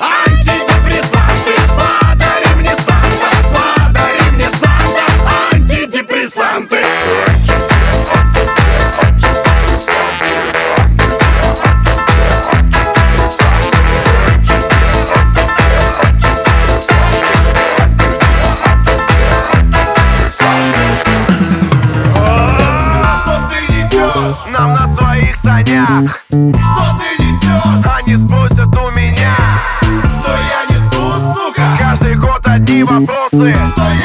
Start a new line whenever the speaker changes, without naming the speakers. а антидепрессанты, антидепрессанты, подари мне Санта, подари мне Санта, антидепрессанты.
Что ты несешь? Нам на своих санях Что ты несешь? А Они спросят у меня Что я несу, сука? Каждый год одни вопросы Что